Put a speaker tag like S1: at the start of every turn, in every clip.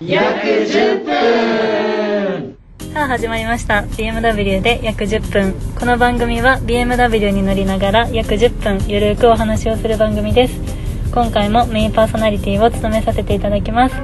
S1: 約10分
S2: さあ始まりました BMW で約10分この番組は BMW に乗りながら約10分ゆるくお話をする番組です今回もメインパーソナリティを務めさせていただきます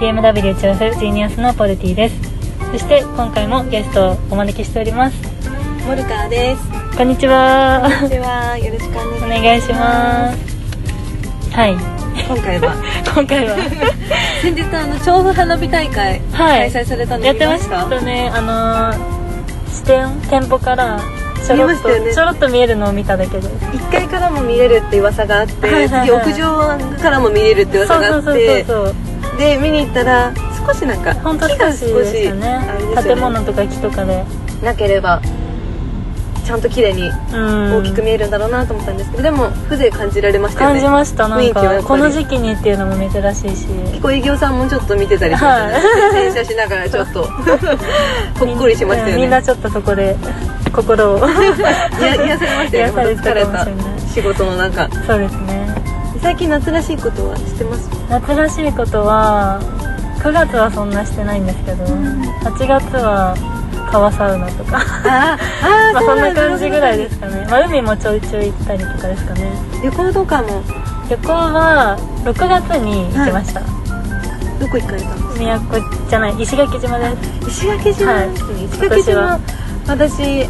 S2: BMW 調布ジーニアスのポルティですそして今回もゲストをお招きしております
S3: モルカーです。
S2: こんにちは
S3: こんにちは。よろしくお
S2: お
S3: 願
S2: 願
S3: い
S2: い
S3: し
S2: し
S3: ま。
S2: ますすはい
S3: 今回は
S2: 今回は
S3: 先日あの調布花火大会
S2: は
S3: 開
S2: い
S3: 催されたの
S2: やっ
S3: 見
S2: てま
S3: ま
S2: し
S3: した。
S2: たねあのー、視点店舗からちょろ
S3: 見ま
S2: っ
S3: し
S2: と、
S3: たよね
S2: ちょろっと見えるのを見ただけです
S3: 1階からも見れるって噂があって、
S2: はいはいはい
S3: 次屋上からも見れるって
S2: そう
S3: 噂が
S2: そ
S3: あ
S2: う
S3: って、
S2: そうそうそう
S3: で見に行ったら少しなんか
S2: 本当
S3: 木
S2: 少
S3: が
S2: しでしたね
S3: あれですよね
S2: 建物とか木とかで
S3: なければちゃんと綺麗に
S2: うん
S3: 大きく見えるんだろうなと思ったんですけど、でも風情感じられましたよ
S2: 感
S3: ね。
S2: じましたな
S3: 雰
S2: ん
S3: 囲気はやっぱ
S2: か
S3: り
S2: この時期にっていうのも珍しいし
S3: 結構営業さんもちょっと見てたりしましたね、洗車しながらちょっ とほっこりしましたよね
S2: うん みんなちょっとそこで 心を
S3: いや癒されましたよね
S2: 癒されたかもしれない
S3: 疲れた仕事の中
S2: そうですね
S3: 最近夏らしいことはしてます
S2: 夏らしいことは9月はそんなしてないんですけど、
S3: ん
S2: 8月は川サウナとか
S3: あーあ
S2: まあそんな感じぐらいですかね、まあ、海もちょいちょい行ったりとかですかね
S3: 旅行とかも
S2: 旅行は6月に行きました、
S3: どこ行かれたんです
S2: 宮古じゃない石垣島です
S3: か石垣島、
S2: はい
S3: 石垣島私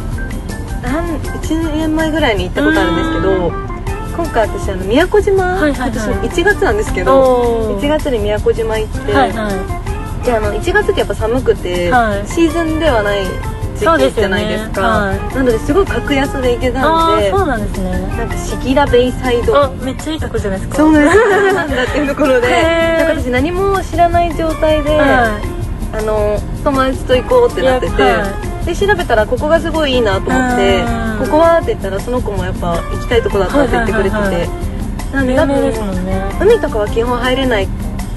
S3: なん1年前ぐらいに行ったことあるんですけど今回私あの宮古島、
S2: はいはいはい
S3: 今年1月なんですけど
S2: お
S3: 1月に宮古島行って、
S2: はいは
S3: であの1月ってやっぱ寒くて、
S2: はい
S3: シーズンではない時
S2: そうで
S3: 期
S2: す
S3: じ
S2: よね
S3: ゃないですか
S2: はい
S3: なのですごい格安で行け
S2: い
S3: た
S2: あ
S3: ん
S2: あ
S3: で
S2: そうなんですね
S3: なんかシギラベイサイ
S2: あ
S3: ド
S2: めっちゃいいとこじゃないですか
S3: そ
S2: は
S3: うなんですそうなんだっていうところで
S2: へー
S3: なんか私何も知らない状態で、
S2: い
S3: あの友達と行こうってなってて、
S2: いやは
S3: で調べたらここがすごいいいなと思って
S2: うん
S3: ここはって言ったらその子もやっぱ行きたいとこだったって言ってくれてて、
S2: はいはいはい
S3: なんで
S2: 有
S3: 多
S2: 名ですも
S3: 分
S2: んね
S3: 海とかは基本入れない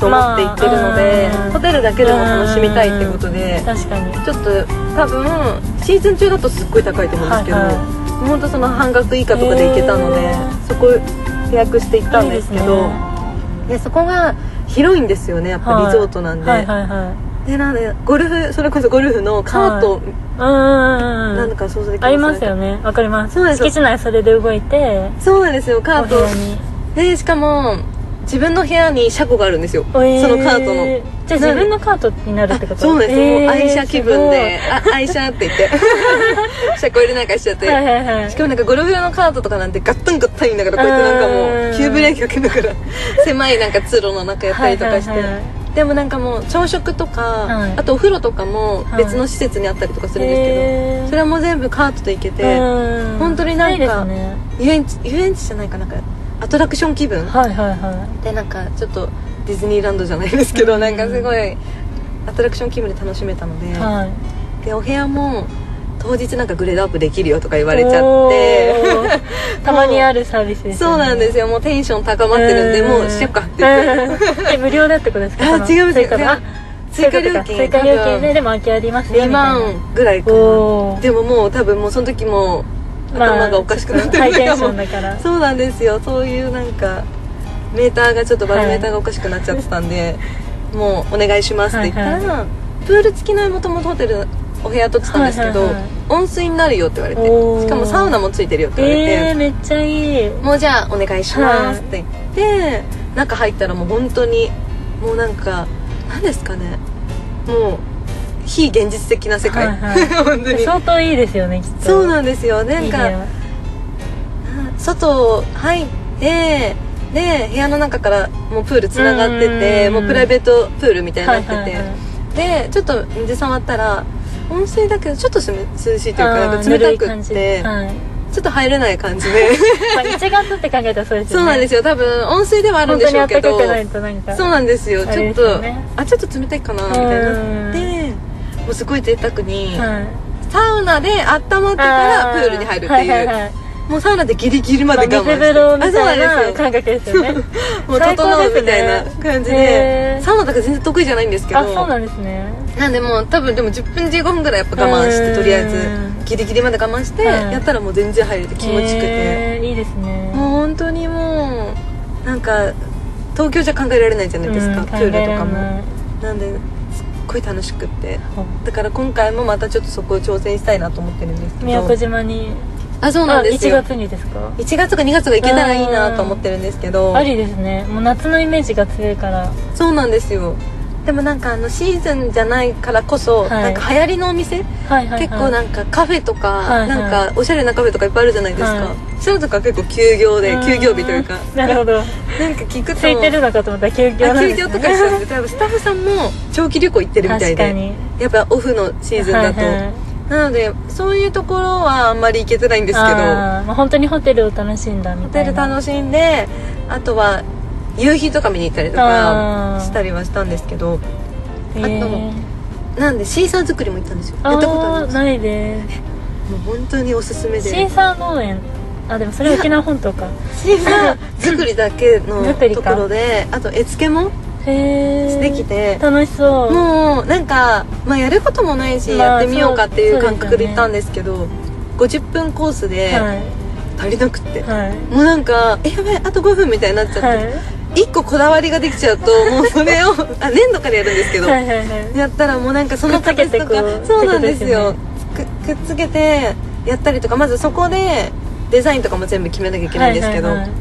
S3: と思って行ってるので、
S2: まあうん
S3: ホテルだけでも楽しみたいってことで、
S2: 確かに
S3: ちょっと多分シーズン中だとすっごい高いと思うんですけど、
S2: はいはい
S3: 本当その半額以下とかで行けたので、
S2: へー
S3: そこ予約して行ったんですけど
S2: いい
S3: で、そこが広いんですよねやっぱ
S2: はい
S3: リゾートなんで、
S2: はいはいはい
S3: でなんでゴルフそれこそゴルフのカート
S2: うんうんうん
S3: な
S2: うんん
S3: か想像でき
S2: あります
S3: ね
S2: よねわかります
S3: そうです
S2: 敷地内それで動いて
S3: そうなんですよカート
S2: お部屋に
S3: でしかも自分の部屋に車庫があるんですよそ
S2: おえー
S3: のカートの
S2: じゃあ自分のカートになるってこと
S3: そうなんです、
S2: えー
S3: もう愛車気分であ愛車って 言って車庫入れなんかしちゃっ
S2: す
S3: て、
S2: ごいはいはいはい
S3: しかもなんかゴルフ用のカートとかなんてガッタンガッタンだからこうやってなんかも
S2: う
S3: うん急ブレーキかけながら 狭いなんか通路の中やったりとかして、
S2: はいはいはい
S3: でもなんかもう朝食とか、
S2: はい
S3: あとお風呂とかも別の施設にあったりとかするんですけど、
S2: へー
S3: それはもう全部カートで行けて、
S2: うん
S3: 本当になんか
S2: いいですね
S3: 遊園地遊園地じゃないかなんかアトラクション気分
S2: はいはいはい
S3: でなんかちょっとディズニーランドじゃないですけ
S2: う
S3: ど、
S2: ん
S3: なんかすごいアトラクション気分で楽しめたので、
S2: はい
S3: でお部屋も当日なんかグレードアップできるよとか言われちゃって。
S2: おーたまにあるサービスですよね
S3: そうなんですよもうテンション高まってるんで、
S2: うん
S3: もうしよっかって言って、
S2: うんえ無料だってことですかそ
S3: あ
S2: の
S3: 違う違う
S2: 追加のあ
S3: 追加料金
S2: 追加料金ででも空きありますよみた
S3: 2
S2: いな
S3: 万ぐらいかな
S2: おお
S3: でももう多分もうその時もう
S2: まあ
S3: 頭がおかしくなって
S2: ハイ
S3: る
S2: テ
S3: か
S2: ンショ
S3: も
S2: ン
S3: う、
S2: だから
S3: そうなんですよそういうなんかメーターがちょっとバロメーターがおかしくなっちゃってたんで、もうお願いしますって言ったら、
S2: はい
S3: プール付きのもともとホテルお部屋取ってたんですけど、
S2: はいはいはい
S3: 温水になるよって言われて
S2: おー
S3: しかもサウナもついてるよって言われて、
S2: えー、めっちゃいい
S3: もうじゃあお願いしますって言って、中入ったらもう本当にもうなんか何ですかねもう非現実的な世界、
S2: はいはい
S3: 本当にそう
S2: 相当いいですよねきっと
S3: なんですよなんか
S2: いいね
S3: 外入ってで部屋の中からもうプールつながってて
S2: うん
S3: もうプライベートプールみたいになってて、
S2: はいはいはい
S3: でちょっと水触ったら温水だけどちょっとすめ涼しいというか
S2: あ
S3: なん
S2: ー
S3: か
S2: ぬ
S3: 冷
S2: る
S3: た
S2: い感
S3: くっ
S2: じ
S3: て、
S2: はい
S3: ちょっと入れない感じで
S2: まあ、1月って考えたらそうです
S3: そ
S2: よね
S3: うなんですすよ多分温水ではあるんでしょうけど
S2: 本当に暖かくないとなんか
S3: そうなんですよ
S2: あ
S3: ち
S2: れで
S3: ょっ
S2: すよ
S3: と、
S2: ね
S3: あちょっと冷たいかなみたいになってもうすごい贅沢に、
S2: はい
S3: サウナで温まってからプールに入るっていう、
S2: はいはいはい
S3: もうサウナでギリギリまで
S2: まあ
S3: 我慢して
S2: 水風呂み
S3: あそう
S2: たい
S3: なん
S2: な
S3: ですよ
S2: 感覚です よね
S3: もう
S2: 最高
S3: 整
S2: で
S3: う
S2: すね
S3: みたいな感じで
S2: へー
S3: サウナとか全然得意じゃないんですけど
S2: あそうなんですね
S3: なんでもう多分でも10分15分ぐらいやっぱ我慢し
S2: う
S3: て
S2: ん
S3: とりあえずギリギリまで我慢して
S2: はい
S3: やったらもう全然入れて気持ちよくて、
S2: へーいいですね
S3: もう本当にもうなんか東京じゃ考えられないじゃないです
S2: う
S3: か、
S2: ん
S3: プールとか
S2: 考えられな
S3: も
S2: い
S3: なんでごい楽しくって
S2: ほ
S3: だから今回もまたちょっとそこを挑戦したいなと思ってるんですけど
S2: 宮古島に
S3: あそうなんですよ
S2: あ1月にですか
S3: 1月か2月が行けたらいいなと思ってるんですけど
S2: ありですねもう夏のイメージが強いから
S3: そうなんですよでもなんかあのシーズンじゃないからこそ、
S2: はい
S3: なんか流行りのお店、
S2: はいはい、はい、
S3: 結構なんかカフェとか、
S2: はいはい
S3: なんかおしゃれなカフェとかいっぱいあるじゃないですか、
S2: は
S3: そういうのとか結構休業で
S2: うん
S3: 休業日というか
S2: なるほど
S3: なんか聞くと
S2: 空いてるのかと思ったら休業
S3: あ
S2: なん
S3: 休
S2: です、ね、
S3: 業とかしちゃって多分スタッフさんも長期旅行行ってるみたい
S2: 確か
S3: で
S2: に
S3: やっぱオフのシーズンだと、
S2: はいはい
S3: なのでそういうところはあんまり行けてないんですけど
S2: あーまあ、本当にホテルを楽しんだみ
S3: ホ
S2: た
S3: テ
S2: いな
S3: ル楽しんであとは夕日とか見に行ったりとか
S2: あー
S3: したりはしたんですけど
S2: へー
S3: あともなんでシーサー作りも行ったんですよ
S2: あ
S3: やったことあり
S2: ー
S3: ます
S2: ないです
S3: もう本当におすすめで
S2: シーサー農園あでもそれ沖縄本島か
S3: シーサー作りだけの
S2: 作り
S3: と
S2: か
S3: ころであと絵付けも
S2: へえ
S3: できて
S2: 楽しそう
S3: もうなんか、まあ、やることもないし、
S2: まあ
S3: やってみようかっていう感覚で行ったんですけど50分コースで
S2: はい
S3: 足りなくって、
S2: はい
S3: もうなんか「えやばいあと5分」みたいになっちゃって、
S2: はい
S3: 1個こだわりができちゃうともうそ れをあ粘土からやるんですけど、
S2: はいはいはい
S3: やったらもうなんかその
S2: くっつけ
S3: 形
S2: て
S3: とか
S2: こう
S3: そうなんですよ
S2: って
S3: くくっつけてやったりとかまずそこでデザインとかも全部決めなきゃいけないんですけど、
S2: はいはいはい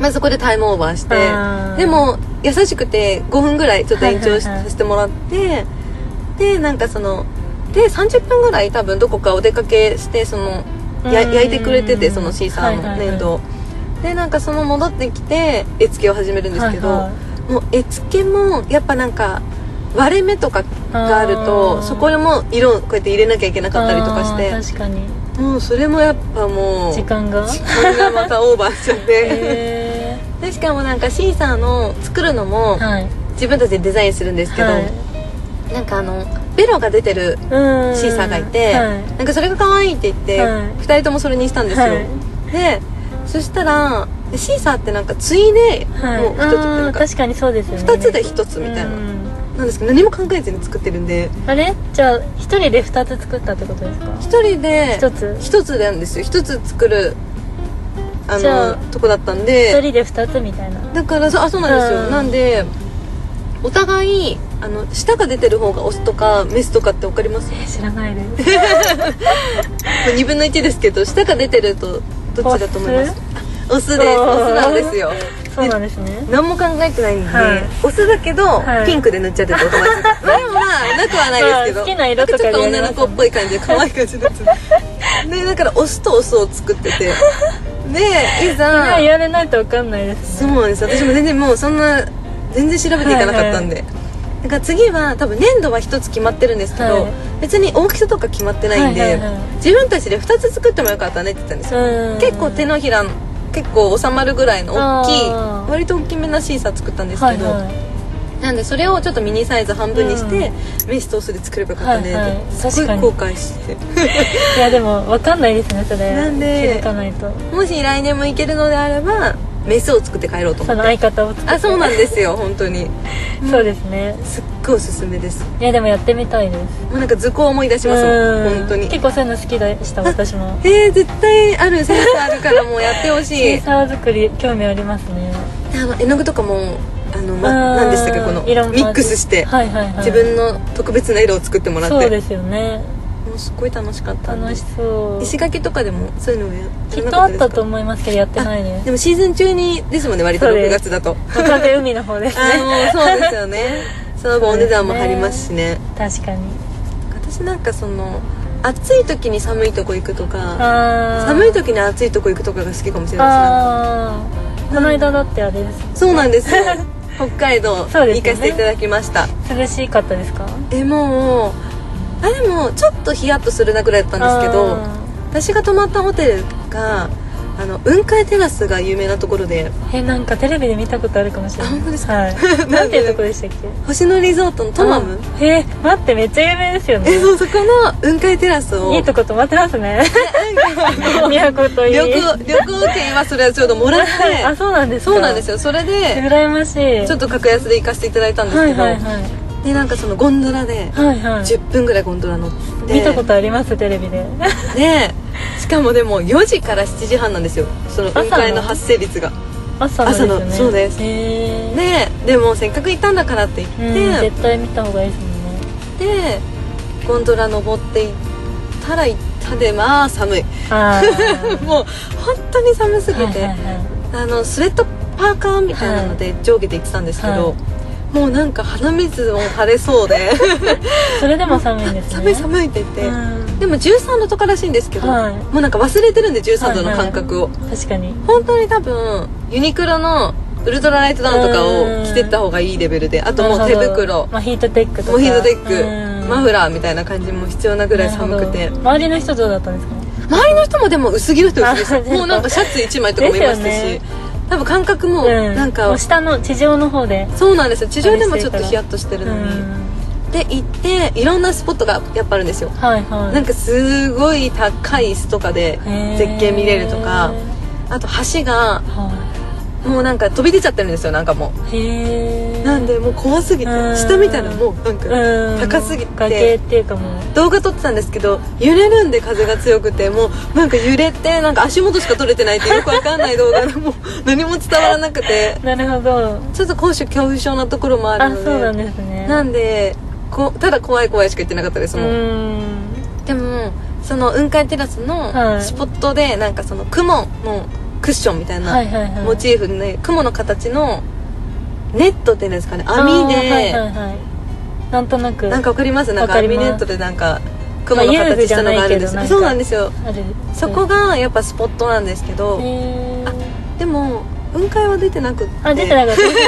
S3: まあ、そこでタイムオーバーし
S2: あー
S3: てでも優しくて5分ぐらいちょっと延長し
S2: はいはいはい
S3: させてもらってでなんかそので30分ぐらい多分どこかお出かけしてそのや
S2: うん
S3: 焼いてくれててそのシーサー
S2: はいは
S3: の
S2: いはい
S3: 粘土をでなんかその戻ってきて絵付けを始めるんですけど、
S2: はいはい
S3: もう絵付けもやっぱなんか割れ目とかがある
S2: あ
S3: と
S2: ー
S3: そこにも色をこうやって入れなきゃいけなかったりとか
S2: あ
S3: し
S2: ー確かに
S3: てもうそれもやっぱもう
S2: 時間が
S3: 時間がまたオーバーしちゃっ て、
S2: へ
S3: でしかもなんかシーサーの作るの
S2: ー
S3: も
S2: はい
S3: 自分たちでデザインするんですけど、
S2: はい
S3: なんかあのベロが出てる
S2: うん
S3: シーサーがいて、
S2: はい
S3: なんかそれが可愛いって言って、
S2: はい
S3: 2人ともそれにしたんですよ、
S2: はい
S3: でそしたらシーサーってなんかついで、
S2: はい
S3: もう1
S2: あ
S3: つっていう
S2: ー
S3: か
S2: 確かにそうですよね
S3: 2つで1つみたいな、
S2: うん
S3: なんですけど何も考えずに作ってるんで
S2: あれじゃあ1人で2つ作ったってことですか
S3: 1人で
S2: 1つ
S3: 1つなんですよ1つ作るあ
S2: じゃ
S3: の
S2: あ
S3: とこだったん
S2: 1
S3: で
S2: 人で2つみたいな
S3: だからそうあそうなんですよ、
S2: うん
S3: なんでお互いあの舌が出てる方がオスとかメスとかって分かります
S2: え知らないです
S3: 2分の1ですけど舌が出てるとどっちだと思いますあオスですオスなんですよ
S2: そうなんです ね
S3: 何も考えてないんで、
S2: はい
S3: オスだけど、
S2: はい
S3: ピンクで塗っちゃってて友達 がまあまあなくはないですけど、
S2: まあ好きな色とかで
S3: んちょっと女の子っぽい感じで可愛い感じのやつでだからオスとオスを作っててでいざ
S2: 言われないと分かんないです
S3: そ
S2: ね
S3: うなんです私も全然もうそんな全然調べていかなかったんで、だから次は多分粘土は1つ決まってるんですけど、
S2: はい
S3: 別に大きさとか決まってないんで、
S2: はいはいはい
S3: 自分たちで2つ作ってもよかったねって言ったんですよ
S2: うん
S3: 結構手のひらの結構収まるぐらいの大きい
S2: あー
S3: 割と大きめなシーサー作ったんです
S2: は
S3: け
S2: い
S3: ど、
S2: は
S3: なんでそれをちょっとミニサイズ半分にして、メスとオスで作ればよかったねって、
S2: はいはい
S3: すごい後悔して
S2: いいやでも分かんないですねそれ
S3: なんで
S2: 気づかないと
S3: もし来年も行けるのであればメスを作って帰ろうと
S2: そ
S3: 思っ
S2: の
S3: て
S2: 相方を作って
S3: あそうなんですよ本当に
S2: そうですね
S3: すっごいおすすめです
S2: いやでもやってみたいです
S3: もうなんか図工思い出しますも
S2: うんん
S3: 本当に
S2: 結構そういうの好きで した私も
S3: えー、絶対あるセンスあるからもうやってほし
S2: シ ー
S3: い
S2: サー作り興味ありますね
S3: あの絵の具とかもあの、ま、
S2: うん
S3: 何でしたっけこのミ
S2: 色も
S3: ックスして、
S2: はいはいはい
S3: 自分の特別な色を作ってもらって
S2: そうですよね
S3: もうすっごい楽しかったんで
S2: 楽しそう
S3: 石垣とかでもそういうのもや
S2: き
S3: や
S2: っ
S3: らな
S2: とあ
S3: かっ
S2: ったた
S3: です
S2: と
S3: か
S2: 思いますけどやってないね
S3: でもシーズン中にですもんね割と
S2: そうで
S3: 6
S2: す
S3: 月だと
S2: 風海の方です
S3: あー
S2: ね
S3: もうそうですよね その分お値段も張りますしね
S2: 確かに
S3: 私なんかその暑い時に寒いとこ行くとか
S2: あー
S3: 寒い時に暑いとこ行くとかが好きかもしれない
S2: ああこの間だってあれです
S3: ですそうなんですよ 北海道
S2: そうです
S3: 行
S2: よね
S3: かせていただきました
S2: 涼しかったですか
S3: えもうあでもちょっとヒヤッとするなぐらいだったんですけど私が泊まったホテルがあの雲海テラスが有名なところで
S2: どえなんかテレビで見たことあるかもしれない
S3: あ本当ですか
S2: はい、なんていうとこでしたっけ
S3: 星野リゾートのトマム
S2: あえ待ってめっちゃ有名ですよ
S3: え
S2: ね
S3: そうそこの雲海テラスを
S2: いいとこ泊まってますね 宮古といい
S3: 旅行旅行券はそれはちょうどもらっ
S2: あ
S3: て
S2: そうなんですか
S3: そうなんです
S2: よ
S3: よそれで
S2: 羨ましい
S3: ちょっと格安で行かせていただいたんです
S2: は
S3: け
S2: い
S3: ど、
S2: はいはい
S3: でなんかそのゴンドラで
S2: はいはい
S3: 10分ぐらいゴンドラ乗って
S2: 見たことありますテレビ で
S3: でしかもでも4時から7時半なんですよその雲海の発生率が
S2: 朝のですよ
S3: 朝の
S2: ね
S3: そうです
S2: へえ
S3: ででもせっかく行ったんだからって言って、
S2: うん、絶対見た方がいいですもんね
S3: でゴンドラ登っていったら行ったでまあ寒い
S2: あー
S3: もう本当に寒すぎて、
S2: はいはいは
S3: あのスウェットパーカーみたいなので上下で行ってたんですけど、
S2: は
S3: もうなんか鼻水も腫れそ うで
S2: いそれでも寒いんですね
S3: 寒い寒いって言って、
S2: うん
S3: でも13度とからしいんですけど、
S2: はい
S3: もうなんか忘れてるんで13度の感覚を、
S2: 確かに
S3: 本当に多分ユニクロのウルトラライトダウンとかを着てった方がいいレベルであともう手
S2: なるほど
S3: 袋
S2: まあ、ヒートテックとか
S3: モヒートテック
S2: うん
S3: マフラーみたいな感じも必要なぐらい寒くて
S2: なるほど周りの人どうだったんですか
S3: 周りの人もでも薄着の人薄 着
S2: あ
S3: ですもうなんかシャツ1枚とかもいましたし、
S2: ですよね
S3: 多分感覚も
S2: う
S3: なんか、
S2: もう下の地上の方で
S3: そうなんですよ地上でもちょっとヒヤッとしてるのに、
S2: うん
S3: で行っていろんなスポットがやっぱあるんですよ
S2: はいはい
S3: なんかすごい高い椅子とかで
S2: へー
S3: 絶景見れるとかあと橋が
S2: は
S3: もうなんか飛び出ちゃってるんですよなんかもう
S2: いへえ
S3: なんでもう怖すぎて
S2: うん
S3: 下見たらもうなんか高すぎて
S2: 崖っていうかもう
S3: 動画撮ってたんですけど揺れるんで風が強くてもうなんか揺れてなんか足元しか撮れてないってよくわかんない動画でもう何も伝わらなくて
S2: なるほど
S3: ちょっと高所恐怖症なところもあ
S2: あ
S3: るの
S2: そう
S3: で
S2: なんですね
S3: なんでこただ怖い怖いしか言ってなかったです
S2: う
S3: もん
S2: ん
S3: でもその雲海テラス
S2: はい
S3: のスポットでなんかその雲のクッションみたい
S2: はい
S3: な
S2: はいはい
S3: モチーフで雲の形のネットっていうんですかね
S2: あー
S3: 網
S2: はい
S3: で
S2: はいはいなんとなく
S3: なんかわかりますなん
S2: わ
S3: か
S2: か
S3: ア
S2: り
S3: ル
S2: ま
S3: ミ
S2: す
S3: ネットでなんか雲
S2: まあ
S3: の
S2: 遊具
S3: 形
S2: じ
S3: し
S2: ゃ
S3: た
S2: な
S3: の
S2: いけど
S3: があるんですよ、
S2: なんか
S3: そうなんですよ
S2: ある
S3: そこがやっぱスポットなんですけど、
S2: へー
S3: でも雲海は出てなくって
S2: あ出てなかったですね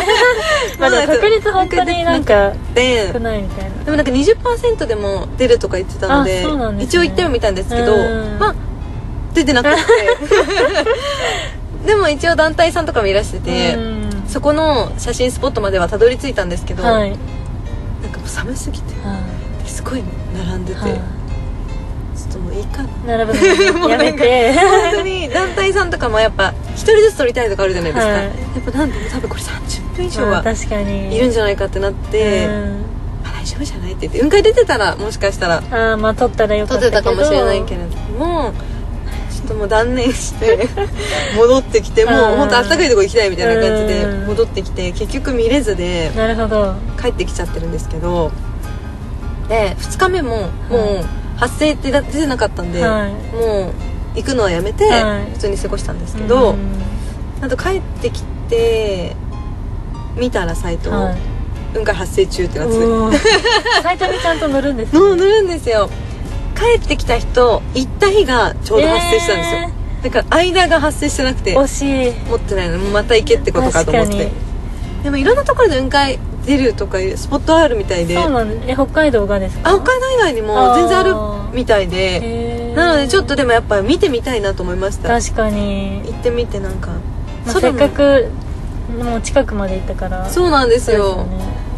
S2: まあでも確率本当になんか
S3: で
S2: 少ないみたいな
S3: でもなんか20%でも出るとか言ってたの
S2: あ
S3: で
S2: そうなんですね
S3: 一応行ってはみたんですけど
S2: うん
S3: まあ出て なくてでも一応団体さんとかもいらしてて、
S2: うん
S3: そこの写真スポットまではたどり着いたんですけど、
S2: はい
S3: なんかもう寒すぎて
S2: は
S3: すごい並んで
S2: い
S3: て、
S2: はい
S3: ちょっともういいかな
S2: 並ぶのやめ て
S3: 本当に団体さんとかもやっぱ一人ずつ撮りたいとかあるじゃないですか、
S2: はい
S3: やっぱなんでも多分これ30分以上
S2: まあ
S3: は
S2: 確かに
S3: いるんじゃないかってなって、
S2: うん
S3: まあ大丈夫じゃないって言って雲海出てたらもしかしたら
S2: あーまあ撮ったらよか
S3: 撮
S2: っ
S3: った
S2: け
S3: て
S2: ど
S3: たかもしれないけれどもちょっともう断念して 戻ってきてもう
S2: うん
S3: 本当あったかいとこ行きたいみたいな感じで
S2: うん
S3: 戻ってきて結局見れずで
S2: なるほど
S3: 帰ってきちゃってるんですけどで2日目ももう発生って出てなかったんで、
S2: はい
S3: もう行くのはやめて
S2: はい
S3: 普通に過ごしたんですけど、
S2: うん
S3: あと帰ってきて見たらサイトを、
S2: はい
S3: 雲海発生中ってなってて
S2: お ーサイトにちゃんと乗るんです
S3: の塗るんですよ帰ってきた人行った日がちょうど発生したんですよ、だから間が発生してなくて
S2: えー惜しい
S3: 持ってないのもうまた行けってことかと思って
S2: 確
S3: でもいろんなところで雲海出るとかいうスポットあるみたいで
S2: そう
S3: あ
S2: なんですえ北海道がですか
S3: 北海道以外にも全然あるみたいで
S2: へー
S3: なのでちょっとでもやっぱ見てみたいなと思いました行
S2: 確かに、
S3: ってみてなんか、
S2: まあ、
S3: 空
S2: せっ
S3: も
S2: かくもう近くまで行ったからう
S3: そうなんですよそ
S2: です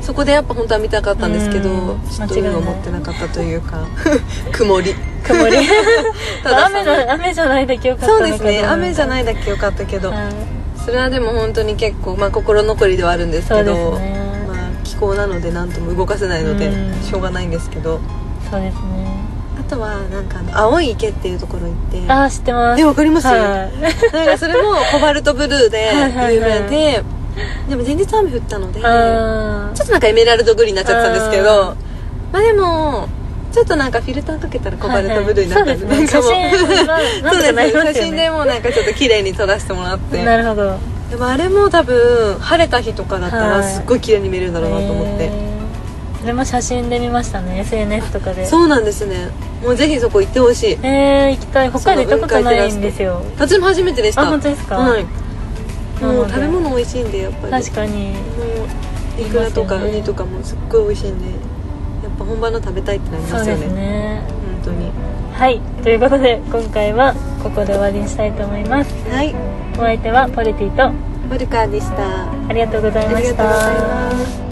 S2: ね
S3: こでやっぱ本当は見たかったんですけど
S2: うん
S3: ちょっと運を持ってなかったというか曇り
S2: 曇り
S3: ただ寒
S2: 雨
S3: い
S2: の雨じゃないだけよかったの
S3: そう
S2: か
S3: ですね雨じゃないいだけよかったけど、
S2: はい
S3: それはでも本当に結構、まあ、心残りではあるんです
S2: そ
S3: け
S2: うで
S3: ど
S2: すね、
S3: まあ、気候なので何とも動かせないので
S2: うん
S3: しょうがないんですけど
S2: そうですね
S3: あとはなんかあの青い池っていうところ行って
S2: ああ知ってます
S3: えわかります
S2: はい
S3: なんかそれもコバルトブルーで
S2: はいはいはい
S3: 有名ででも前日雨降ったのでちょ
S2: あ
S3: っとなんかエメラルドグリーンになっちゃったんですけ
S2: あ
S3: どまあでもちょっとなんかフィルターかけたら
S2: ー
S3: コバルトブルーになったんで、
S2: はいはい
S3: な
S2: そ
S3: ん
S2: う
S3: かも
S2: ですね写真は
S3: うそう
S2: なんとかな
S3: で
S2: りますよ
S3: す写真で
S2: ね
S3: もなんかちょっと綺麗に撮らせてもらって
S2: なるほど
S3: でもあれも多分晴れた日とかだった
S2: は
S3: ら
S2: い
S3: すっごい綺麗に見えるんだろうなと思って、
S2: へーそれも写真で見ましたね SNS とかで
S3: そうなんですねもうぜひそこ行ってほしい
S2: えー、行きたい北海道行ったことないんですよ
S3: 私も初めてでした
S2: あ本当ですか
S3: はい
S2: なので
S3: もう食べ物美味しいんでやっぱり
S2: 確かに
S3: もういくらとか
S2: 言いますよね
S3: ウニとかもすっごい美味しいんでやっぱ本場の食べたいってなり
S2: そ
S3: ま
S2: う
S3: すよ
S2: で
S3: ね
S2: すね
S3: 本当に
S2: はいということで今回はここで終わりにしたいと思います
S3: はい
S2: お相手はポルティと
S3: ボルカーでしたあ
S2: ありがとうございま
S3: りがとうご
S2: し
S3: ざい
S2: た
S3: ます